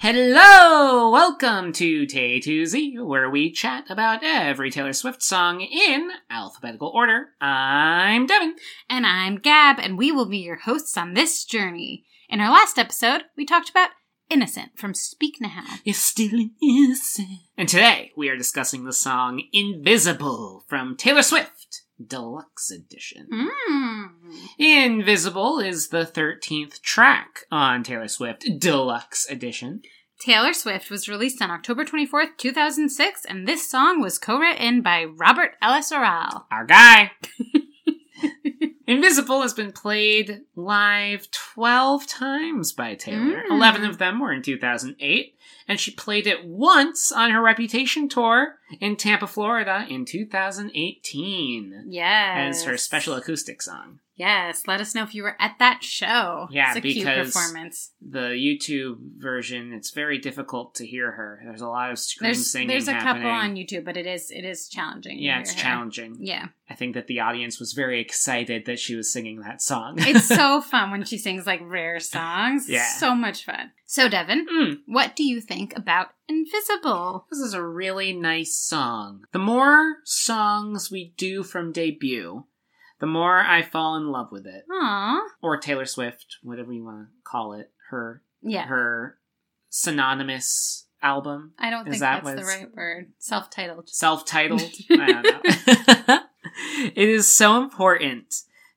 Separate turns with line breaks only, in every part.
Hello! Welcome to Tay to Z, where we chat about every Taylor Swift song in alphabetical order. I'm Devin.
And I'm Gab, and we will be your hosts on this journey. In our last episode, we talked about Innocent from Speak Now.
You're still innocent. And today we are discussing the song Invisible from Taylor Swift, Deluxe Edition.
Mmm.
Invisible is the 13th track on Taylor Swift Deluxe Edition.
Taylor Swift was released on October 24th, 2006, and this song was co written by Robert Ellis Oral.
Our guy. Invisible has been played live 12 times by Taylor.
Mm.
11 of them were in 2008, and she played it once on her Reputation tour in Tampa, Florida in 2018
Yes.
as her special acoustic song.
Yes. Let us know if you were at that show.
Yeah,
it's a cute
because
performance.
The YouTube version, it's very difficult to hear her. There's a lot of scream
There's
singing
there's a
happening.
couple on YouTube, but it is it is challenging. to
yeah, it's
hear her.
challenging.
Yeah,
I think that the audience was very excited that she was singing that song.
it's so fun when she sings like rare songs.
Yeah.
so much fun. So Devin,
Mm.
What do you think about Invisible?
This is a really nice song. The more songs we do from debut, the more I fall in love with it.
Aw.
Or Taylor Swift, whatever you want to call it, her
Yeah.
her synonymous album,
I don't
Is
think
that
that's the
what's-
right word. Self titled.
self-titled. I don't know. it is so important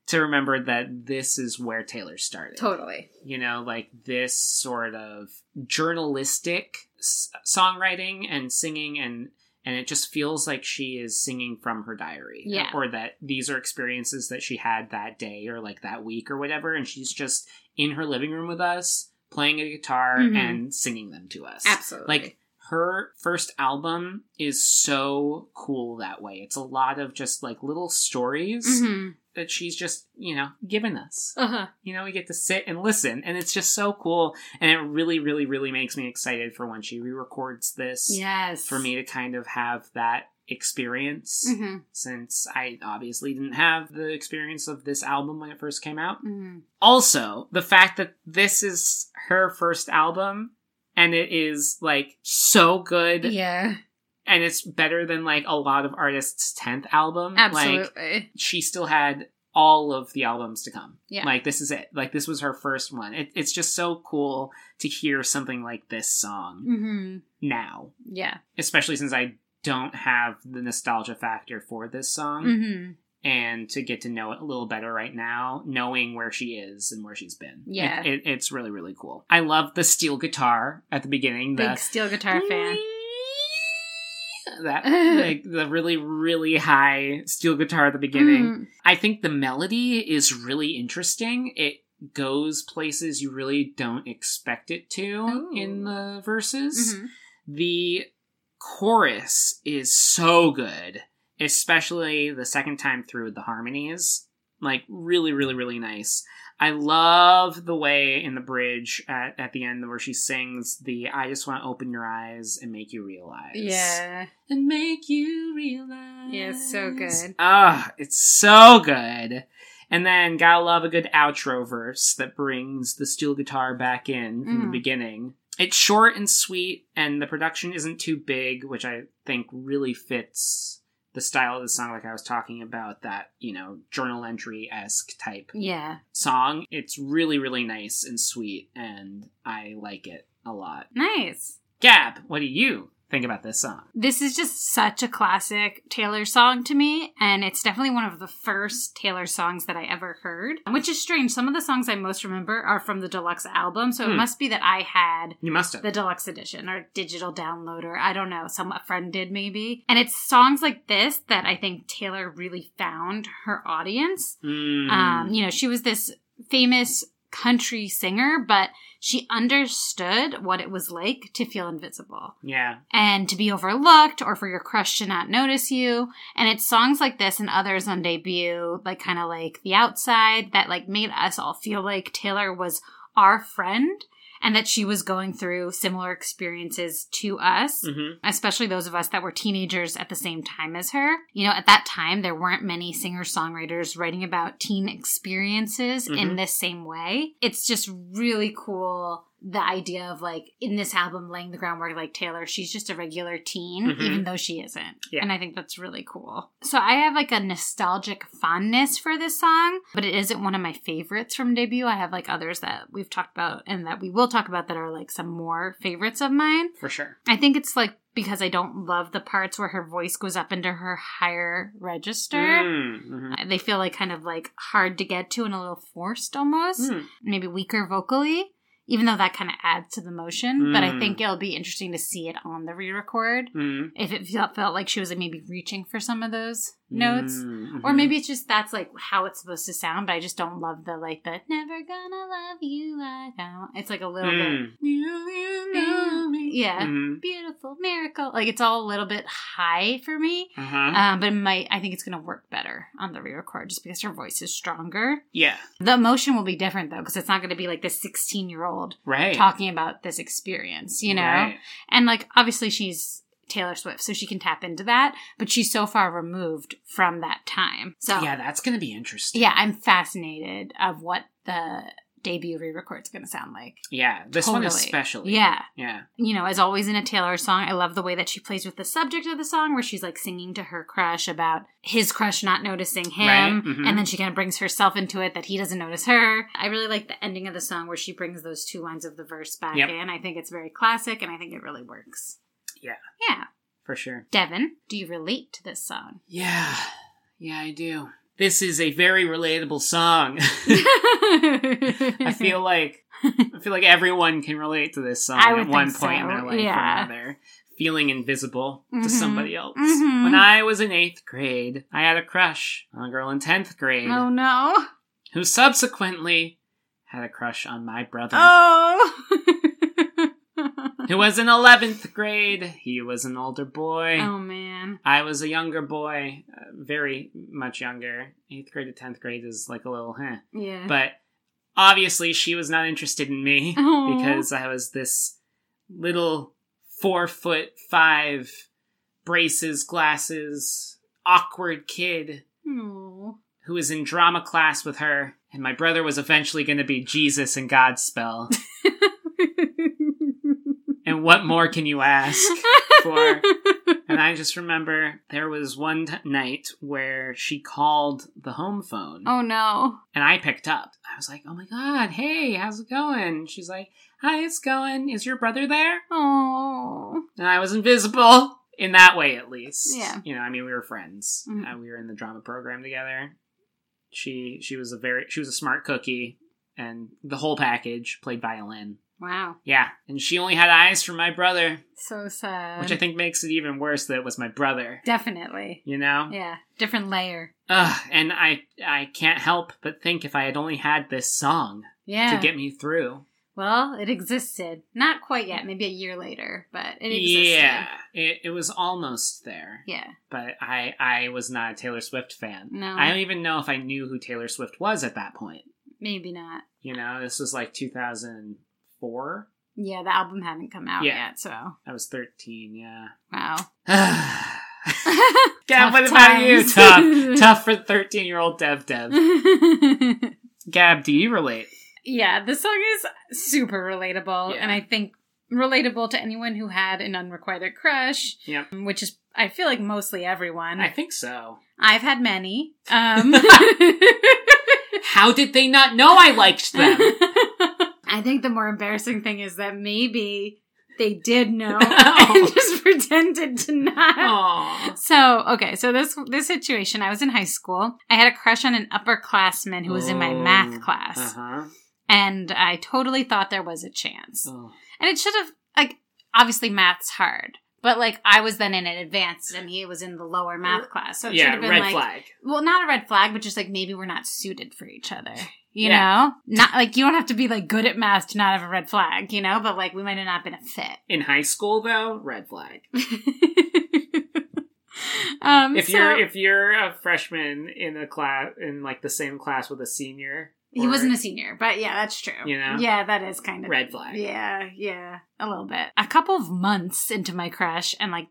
to remember that this is where Taylor started.
Totally.
you know, like this sort of journalistic s- songwriting and singing and and it just feels like she is singing from her diary
Yeah.
or that these are experiences that she had that day or like that week or whatever and she's just in her living room with us playing a guitar
Mhm.
and singing them to us
Absolutely.
like her first album is so cool that way it's a lot of just like little stories
hmm
that she's just you know giving us
uh-huh.
you know, we get to sit and listen, and it's just so cool. And it really, really, really makes me excited for when she re records this
Yes.
for me to kind of have that experience
hmm
since I obviously didn't have the experience of this album when it first came out.
hmm
Also, the fact that this is her first album and it is like so good
Yeah.
and it's better than like a lot of artists' 10th album.
Absolutely.
Like, she still had all of the albums to come.
Yeah.
Like this is it. Like this was her first one. It, it's just so cool to hear something like this song
hmm
now,
Yeah.
especially since I don't have the nostalgia factor for this song
hmm
and to get to know it a little better right now, knowing where she is and where she's been.
Yeah.
It, it- it's really, really cool. I love the steel guitar at the beginning. The,
Big steel guitar fan.
That like the really really high steel guitar at the beginning.
Mhm.
I think the melody is really interesting. It goes places you really don't expect it to
Ooh.
in the verses.
Mhm.
The chorus is so good, especially the second time through with the harmonies. Like, really, really, really nice. I love the way in the bridge at, at the end where she sings the I just want to open your eyes and make you realize
Yeah.
and make you realize.
Yeah, it's so good.
Ah, it's so good. And then gotta love a good outro verse that brings the steel guitar back in from the
Mhm.
beginning. It's short and sweet, and the production isn't too big, which I think really fits the style of the song, like I was talking about, that, you know, journal entry esque type
Yeah.
song. It's really, really nice and sweet, and I like it a lot.
Nice.
Gab, what do you think about this song?
This is just such a classic Taylor song to me, and it's definitely one of the first Taylor songs that I ever heard, which is strange. Some of the songs I most remember are from the deluxe album, so it
Hmm.
must be that I had
You must have.
the deluxe edition or digital download or I don't know, some a friend did maybe. And it's songs like this that I think Taylor really found her audience.
Mm.
Um, you know, she was this famous country singer, but she understood what it was like to feel invisible
yeah.
and to be overlooked or for your crush to not notice you. And it's songs like this and others on debut, like kind of like The Outside, that like made us all feel like Taylor was our friend and that she was going through similar experiences to us
hmm
especially those of us that were teenagers at the same time as her. You know, at that time, there weren't many singer songwriters writing about teen experiences
Mhm.
in this same way. It's just really cool the idea of like in this album laying the groundwork like Taylor, she's just a regular teen,
Mhm.
even though she isn't.
Yeah.
And I think that's really cool. So I have like a nostalgic fondness for this song, but it isn't one of my favorites from debut. I have like others that we've talked about and that we will talk about that are like some more favorites of mine.
for sure.
I think it's like because I don't love the parts where her voice goes up into her higher register.
Mm, mhm.
They feel like kind of like hard to get to and a little forced almost
Mm.
maybe weaker vocally, even though that kind of adds to the motion. But I
Mm.
think it'll be interesting to see it on the re record
Mm.
if it felt, felt like she was maybe reaching for some of those notes.
Mm,
Or
mhm.
maybe it's just that's like how it's supposed to sound, but I just don't love the like the never gonna love you like I want. It's like a little bit,
Mm.
yeah,
Mhm.
beautiful miracle. Like it's all a little bit high for me,
Uh-huh.
um, but it might I think it's gonna work better on the re-record just because her voice is stronger.
yeah.
The emotion will be different though, because it's not going to be like this 16 year old
Right.
talking about this experience, you know?
Right.
And like, obviously, she's Taylor Swift, so she can tap into that, but she's so far removed from that time. So, yeah,
Yeah, that's gonna be interesting.
I'm fascinated of what the debut re record's going to sound like.
Yeah. This one
Totally.
especially.
Yeah.
Yeah.
You know, as always in a Taylor song, I love the way that she plays with the subject of the song where she's like singing to her crush about his crush not noticing him.
Right, mhm.
And then she kind of brings herself into it that he doesn't notice her. I really like the ending of the song where she brings those two lines of the verse back
Yep.
in. I think it's very classic and I think it really works.
Yeah.
Yeah.
For sure.
Devin, do you relate to this song?
Yeah. Yeah, I do. This is a very relatable song. I
I
feel like I feel like everyone can relate to this song
I would
at one
think
point
so,
in their life
yeah.
or another. Feeling invisible
Mhm,
to somebody else.
mhm.
When I was in eighth grade, I had a crush on a girl in tenth grade
Oh no.
who subsequently had a crush on my brother.
Oh.
Who was in eleventh grade. He was an older boy.
oh man.
I was a younger boy, uh, very much younger. Eighth grade to tenth grade is like a little, huh?
Yeah.
But obviously, she was not interested in me
Aw.
because I was this little four foot five, braces, glasses, awkward kid
Oh.
who was in drama class with her. And my brother was eventually going to be Jesus and Godspell. and what more can you ask for? And I just remember there was one t- night where she called the home phone.
Oh no.
And I picked up. I was like, oh my God, hey, how's it going? She's like, hi, it's going. Is your brother there?
Oh.
And I was invisible in that way, at least.
Yeah.
You know, I mean, we were friends.
Mhm.
Uh, we were in the drama program together. She she was a very she was a smart cookie and the whole package played violin.
Wow.
Yeah, and she only had eyes for my brother,
So sad.
which I think makes it even worse that it was my brother.
Definitely.
You know?
Yeah. Different layer.
Ugh, and I I can't help but think if I had only had this song
Yeah.
to get me through.
well, it existed. Not quite yet. Maybe a year later, but it existed.
Yeah, it, it was almost there,
Yeah.
but I I was not a Taylor Swift fan.
No.
I don't even know if I knew who Taylor Swift was at that point.
Maybe not.
You know, this was like 2004.
Yeah, the album hadn't come out
Yeah.
yet, so
I was 13. Yeah.
wow.
Gab,
Tough
what about you?
times.
Tough, tough for 13 year old Dev Dev. Gab, do you relate?
yeah, this song is super relatable
Yeah.
and I think relatable to anyone who had an unrequited crush,
Yep.
which is I feel like mostly everyone.
I think so.
I've had many. Um
How did they not know I liked them?
I think the more embarrassing thing is that maybe they did know
Oh.
and just pretended to not.
Aww.
So okay, so this this situation, I was in high school. I had a crush on an upperclassman who was in my
Oh.
math class,
Uh-huh.
and I totally thought there was a chance.
Oh.
And it should have like obviously math's hard, but like I was then in an advanced, and he was in the lower math class, so it should
Uh, Yeah,
have been
red
like
flag.
well, not a red flag, but just like maybe we're not suited for each other. You
Yeah.
know, not like you don't have to be like good at math to not have a red flag. You know, but like we might have not been a
In high school though, red flag.
fit. um,
If
so-
you're if you're a freshman in a class in like the same class with a senior.
he
or-
wasn't a senior, but yeah, that's true.
You know?
yeah, that is kind of
red flag.
Yeah, yeah, a little bit. A couple of months into my crush, and like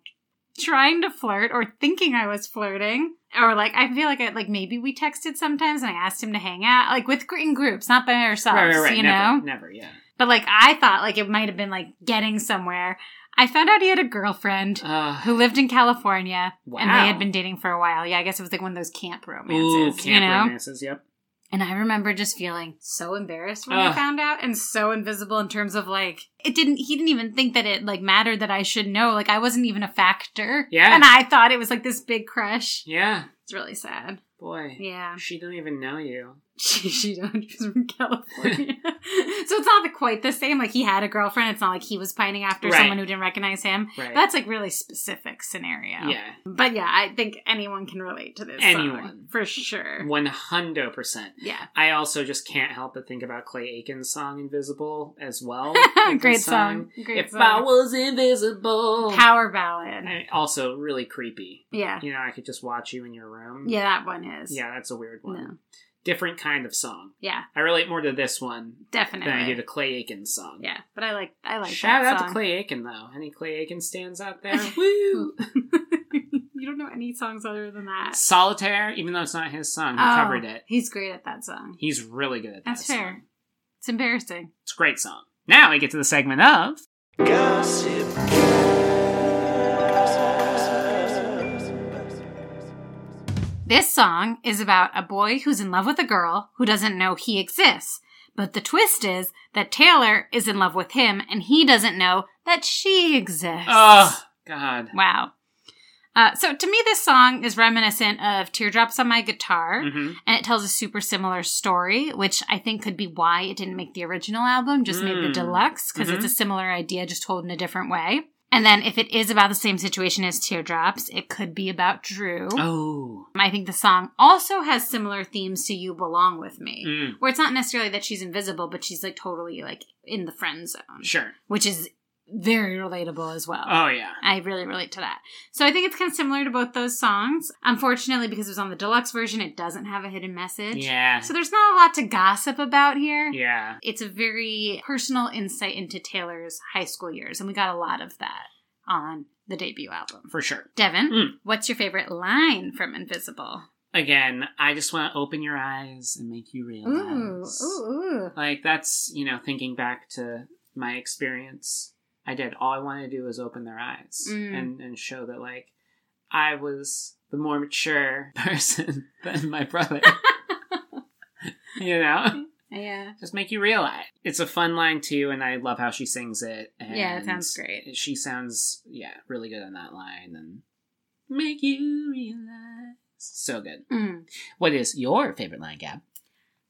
trying to flirt or thinking I was flirting, or like I feel like I like maybe we texted sometimes, and I asked him to hang out, like with in groups, not by ourselves.
Right, right, right.
You
never,
know,
never, yeah.
But like I thought like it might have been like getting somewhere. I found out he had a girlfriend
Uh,
who lived in California and
Wow.
they had been dating for a while. Yeah, I guess it was like one of those camp romances,
ooh, camp
you know?
romances. Yep.
And I remember just feeling so embarrassed when I
Ugh.
found out and so invisible in terms of like it didn't he didn't even think that it like mattered that I should know. Like I wasn't even a factor.
Yeah.
And I thought it was like this big crush.
Yeah.
It's really sad.
Boy.
Yeah.
She don't even know you.
She she don't she's from California. so it's not quite the same. Like he had a girlfriend. It's not like he was pining after
Right.
someone who didn't recognize him.
Right.
That's like really specific scenario.
yeah.
But yeah, I think anyone can relate to this. song,
Anyone.
for sure.
One hundred percent.
Yeah.
I also just can't help but think about Clay Aiken's song "Invisible" as well.
Great
Aiken's
song. Great
if uh,
song.
I was invisible.
Power ballad.
I- also, really creepy.
Yeah.
You know, I could just watch you in your room.
Yeah, that one is.
Yeah, that's a weird one.
No.
Different kind of song.
Yeah,
I relate more to this one
definitely.
than I do to Clay Aiken song.
yeah, but I like I like
Shout
that
out
song.
to Clay Aiken though. Any Clay Aiken stands out there? Woo!
you don't know any songs other than that.
Solitaire, even though it's not his song, he
Uh, Oh,
covered it.
He's great at that song.
He's really good at that.
That's
song.
fair. It's embarrassing.
It's a great song. Now we get to the segment of
Gossip.
This song is about a boy who's in love with a girl who doesn't know he exists. But the twist is that Taylor is in love with him and he doesn't know that she exists.
Oh God.
Wow. Uh, so to me, this song is reminiscent of Teardrops on My Guitar.
hmm
and it tells a super similar story, which I think could be why it didn't make the original album, just made the
Mm.
deluxe, because it's a similar idea, just told in a different way. And then if it is about the same situation as Teardrops, it could be about Drew. Um,
Oh.
I think the song also has similar themes to You Belong With Me.
Mm.
Where it's not necessarily that she's invisible, but she's like totally like in the friend zone,
Sure.
which is very relatable as well.
Oh yeah.
I really relate to that. So I think it's kind of similar to both those songs. Unfortunately, because it was on the deluxe version, it doesn't have a hidden message.
Yeah.
So there's not a lot to gossip about here.
Yeah.
It's a very personal insight into Taylor's high school years, and we got a lot of that on the debut album.
For sure.
Devin,
Mm.
what's your favorite line from Invisible?
Again, I just want to open your eyes and make you realize.
ooh.
Like that's you know thinking back to my experience. I did all I wanted to do was open their eyes
Mm.
and and show that like I was the more mature person than my brother. you know,
Yeah.
just make you realize it's a fun line too, and I love how she sings it. And
Yeah, it sounds great.
She sounds yeah really good on that line and make you realize so good.
Mm.
What is your favorite line, Gab?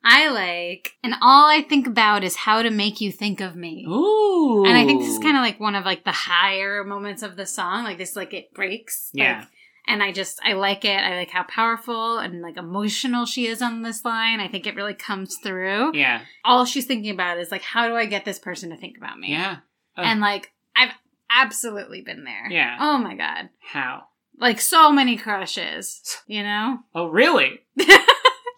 I like, and all I think about is how to make you think of me.
Ooh,
And I think this is kind of like one of like the higher moments of the song. Like this, like it breaks. like-
Yeah.
and I just I like it. I like how powerful and like emotional she is on this line. I think it really comes through.
yeah
All she's thinking about is like, how do I get this person to think about me?
yeah Ugh.
And like I've absolutely been there.
Yeah.
Oh my god.
how
Like so many crushes. You know.
oh really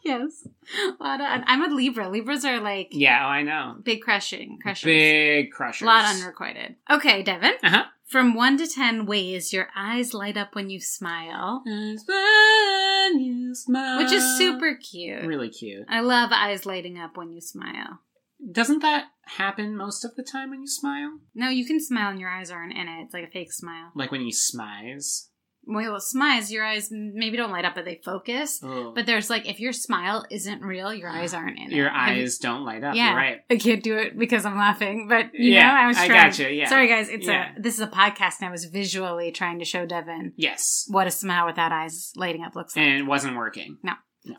Yes. A lot of, I'm a Libra. Libras are like
yeah oh, I know
big crushing crushes.
big crushers
A lot unrequited. Okay, Devin.
Uh-huh.
From one to ten ways your eyes light up when you smile,
It's when you smile.
which is super cute.
Uh, really cute.
I love eyes lighting up when you smile.
Doesn't that happen most of the time when you smile?
No, you can smile and your eyes aren't in it. It's like a fake smile.
Like when you smize.
Well, with smiles, your eyes maybe don't light up, but they focus.
Oh,
But there's like if your smile isn't real, your eyes aren't in it.
your
Have you-
eyes don't light up.
Yeah.
You're right.
I can't do it because I'm laughing, but you
Yeah,
know, I was
I
trying.
gotcha, yeah.
Sorry, guys. It's
Yeah.
a this is a podcast, and I was visually trying to show Devin
Yes,
what a smile without eyes lighting up looks like.
and it wasn't working.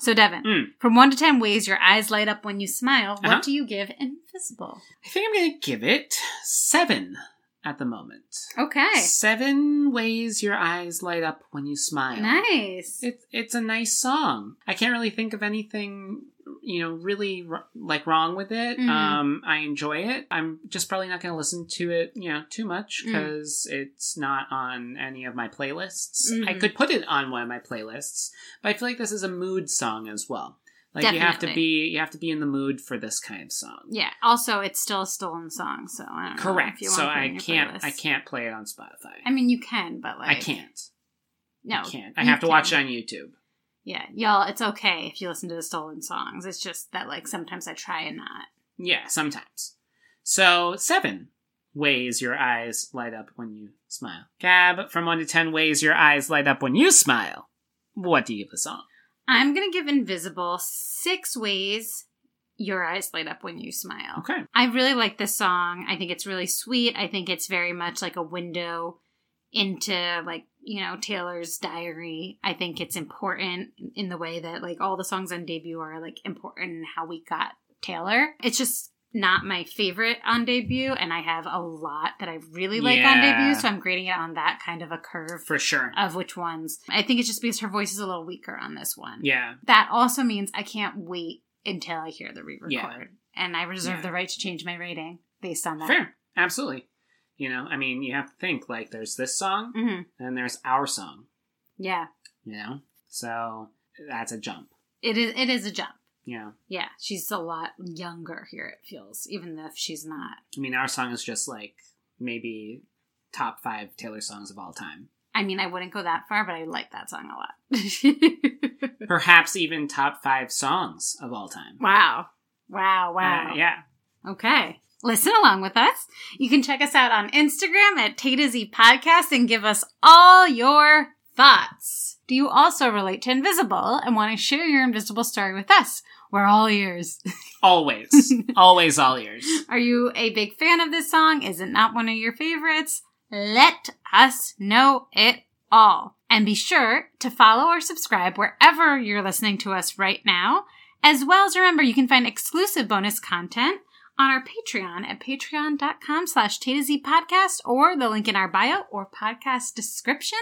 So, Devin,
Mm.
from one to ten ways your eyes light up when you smile,
Uh-huh.
what do you give invisible?
I think I'm gonna give it seven at the moment.
Okay.
Seven ways your eyes light up when you smile.
Nice.
It's it's a nice song. I can't really think of anything, you know, really r- like wrong with it.
Mhm.
Um, I enjoy it. I'm just probably not going to listen to it, you know, too much
Mm.
because it's not on any of my playlists. I
Mhm.
could put it on one of my playlists, but I feel like this is a mood song as well. Like you have to
Definitely.
be you have to be in the mood for this kind of song.
Yeah. Also, it's still a stolen song, so I don't know
Correct.
if you
So
wanna put it in
I
your
can't
playlist.
I can't play it on Spotify.
I mean, you can, but like
I can't.
No,
I can't. I
you
have to watch it
can.
on YouTube.
Yeah, y'all. It's okay if you listen to the stolen songs. It's just that like sometimes I try and not.
Yeah, sometimes. So, seven ways your eyes light up when you smile. Gab, from one to ten ways your eyes light up when you smile. What do you give the song?
I'm going to give Invisible six ways your eyes light up when you smile.
Okay.
I really like this song. I think it's really sweet. I think it's very much like a window into like, you know, Taylor's diary. I think it's important in the way that like all the songs on debut are like important in how we got Taylor. It's just not my favorite on debut and I have a lot that I really like on
Yeah.
debut, so I'm grading it on that kind of a curve
For sure.
of which ones. I think it's just because her voice is a little weaker on this one
Yeah.
that also means I can't wait until I hear the re-record,
Yeah.
and I reserve
Yeah.
the right to change my rating based on that.
Fair. Absolutely. You know, I mean, you have to think like there's this song
hmm
and there's our song,
Yeah,
you know? So that's a jump.
it is. It is a jump.
Yeah.
Yeah, she's a lot younger here. It feels, even if she's not.
I mean, our song is just like maybe top five Taylor songs of all time.
I mean, I wouldn't go that far, but I like that song a lot.
Perhaps even top five songs of all time.
wow! Wow! Wow!
Uh, yeah.
Okay. Listen along with us. You can check us out on Instagram at Tay to Z Podcast and give us all your thoughts. Do you also relate to Invisible and want to share your invisible story with us? We're all ears.
Always. Always all ears.
Are you a big fan of this song? Is it not one of your favorites? Let us know it all. And be sure to follow or subscribe wherever you're listening to us right now. As well as remember, you can find exclusive bonus content on our Patreon at patreon.com slash Tay to Z podcast or the link in our bio or podcast description.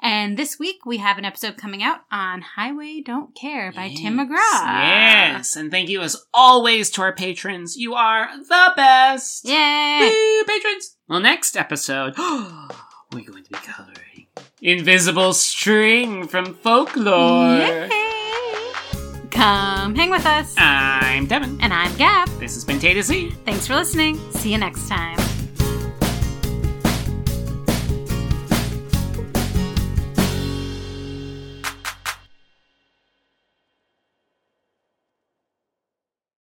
And this week we have an episode coming out on Highway Don't Care by Tim
Yes.
McGraw.
Yes. And thank you as always to our patrons. You are the best.
Yay!
Woo, patrons. Well, next episode, we're going to be covering Invisible String from Folklore.
Yay! Come hang with us.
Ah. I'm Devin.
And I'm Gab.
This has been Tay to Z.
Thanks for listening. See you next time.